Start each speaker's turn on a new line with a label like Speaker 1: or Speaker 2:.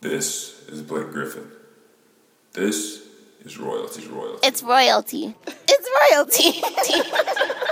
Speaker 1: This is Blake Griffin. This is royalty's royalty.
Speaker 2: It's royalty. It's royalty.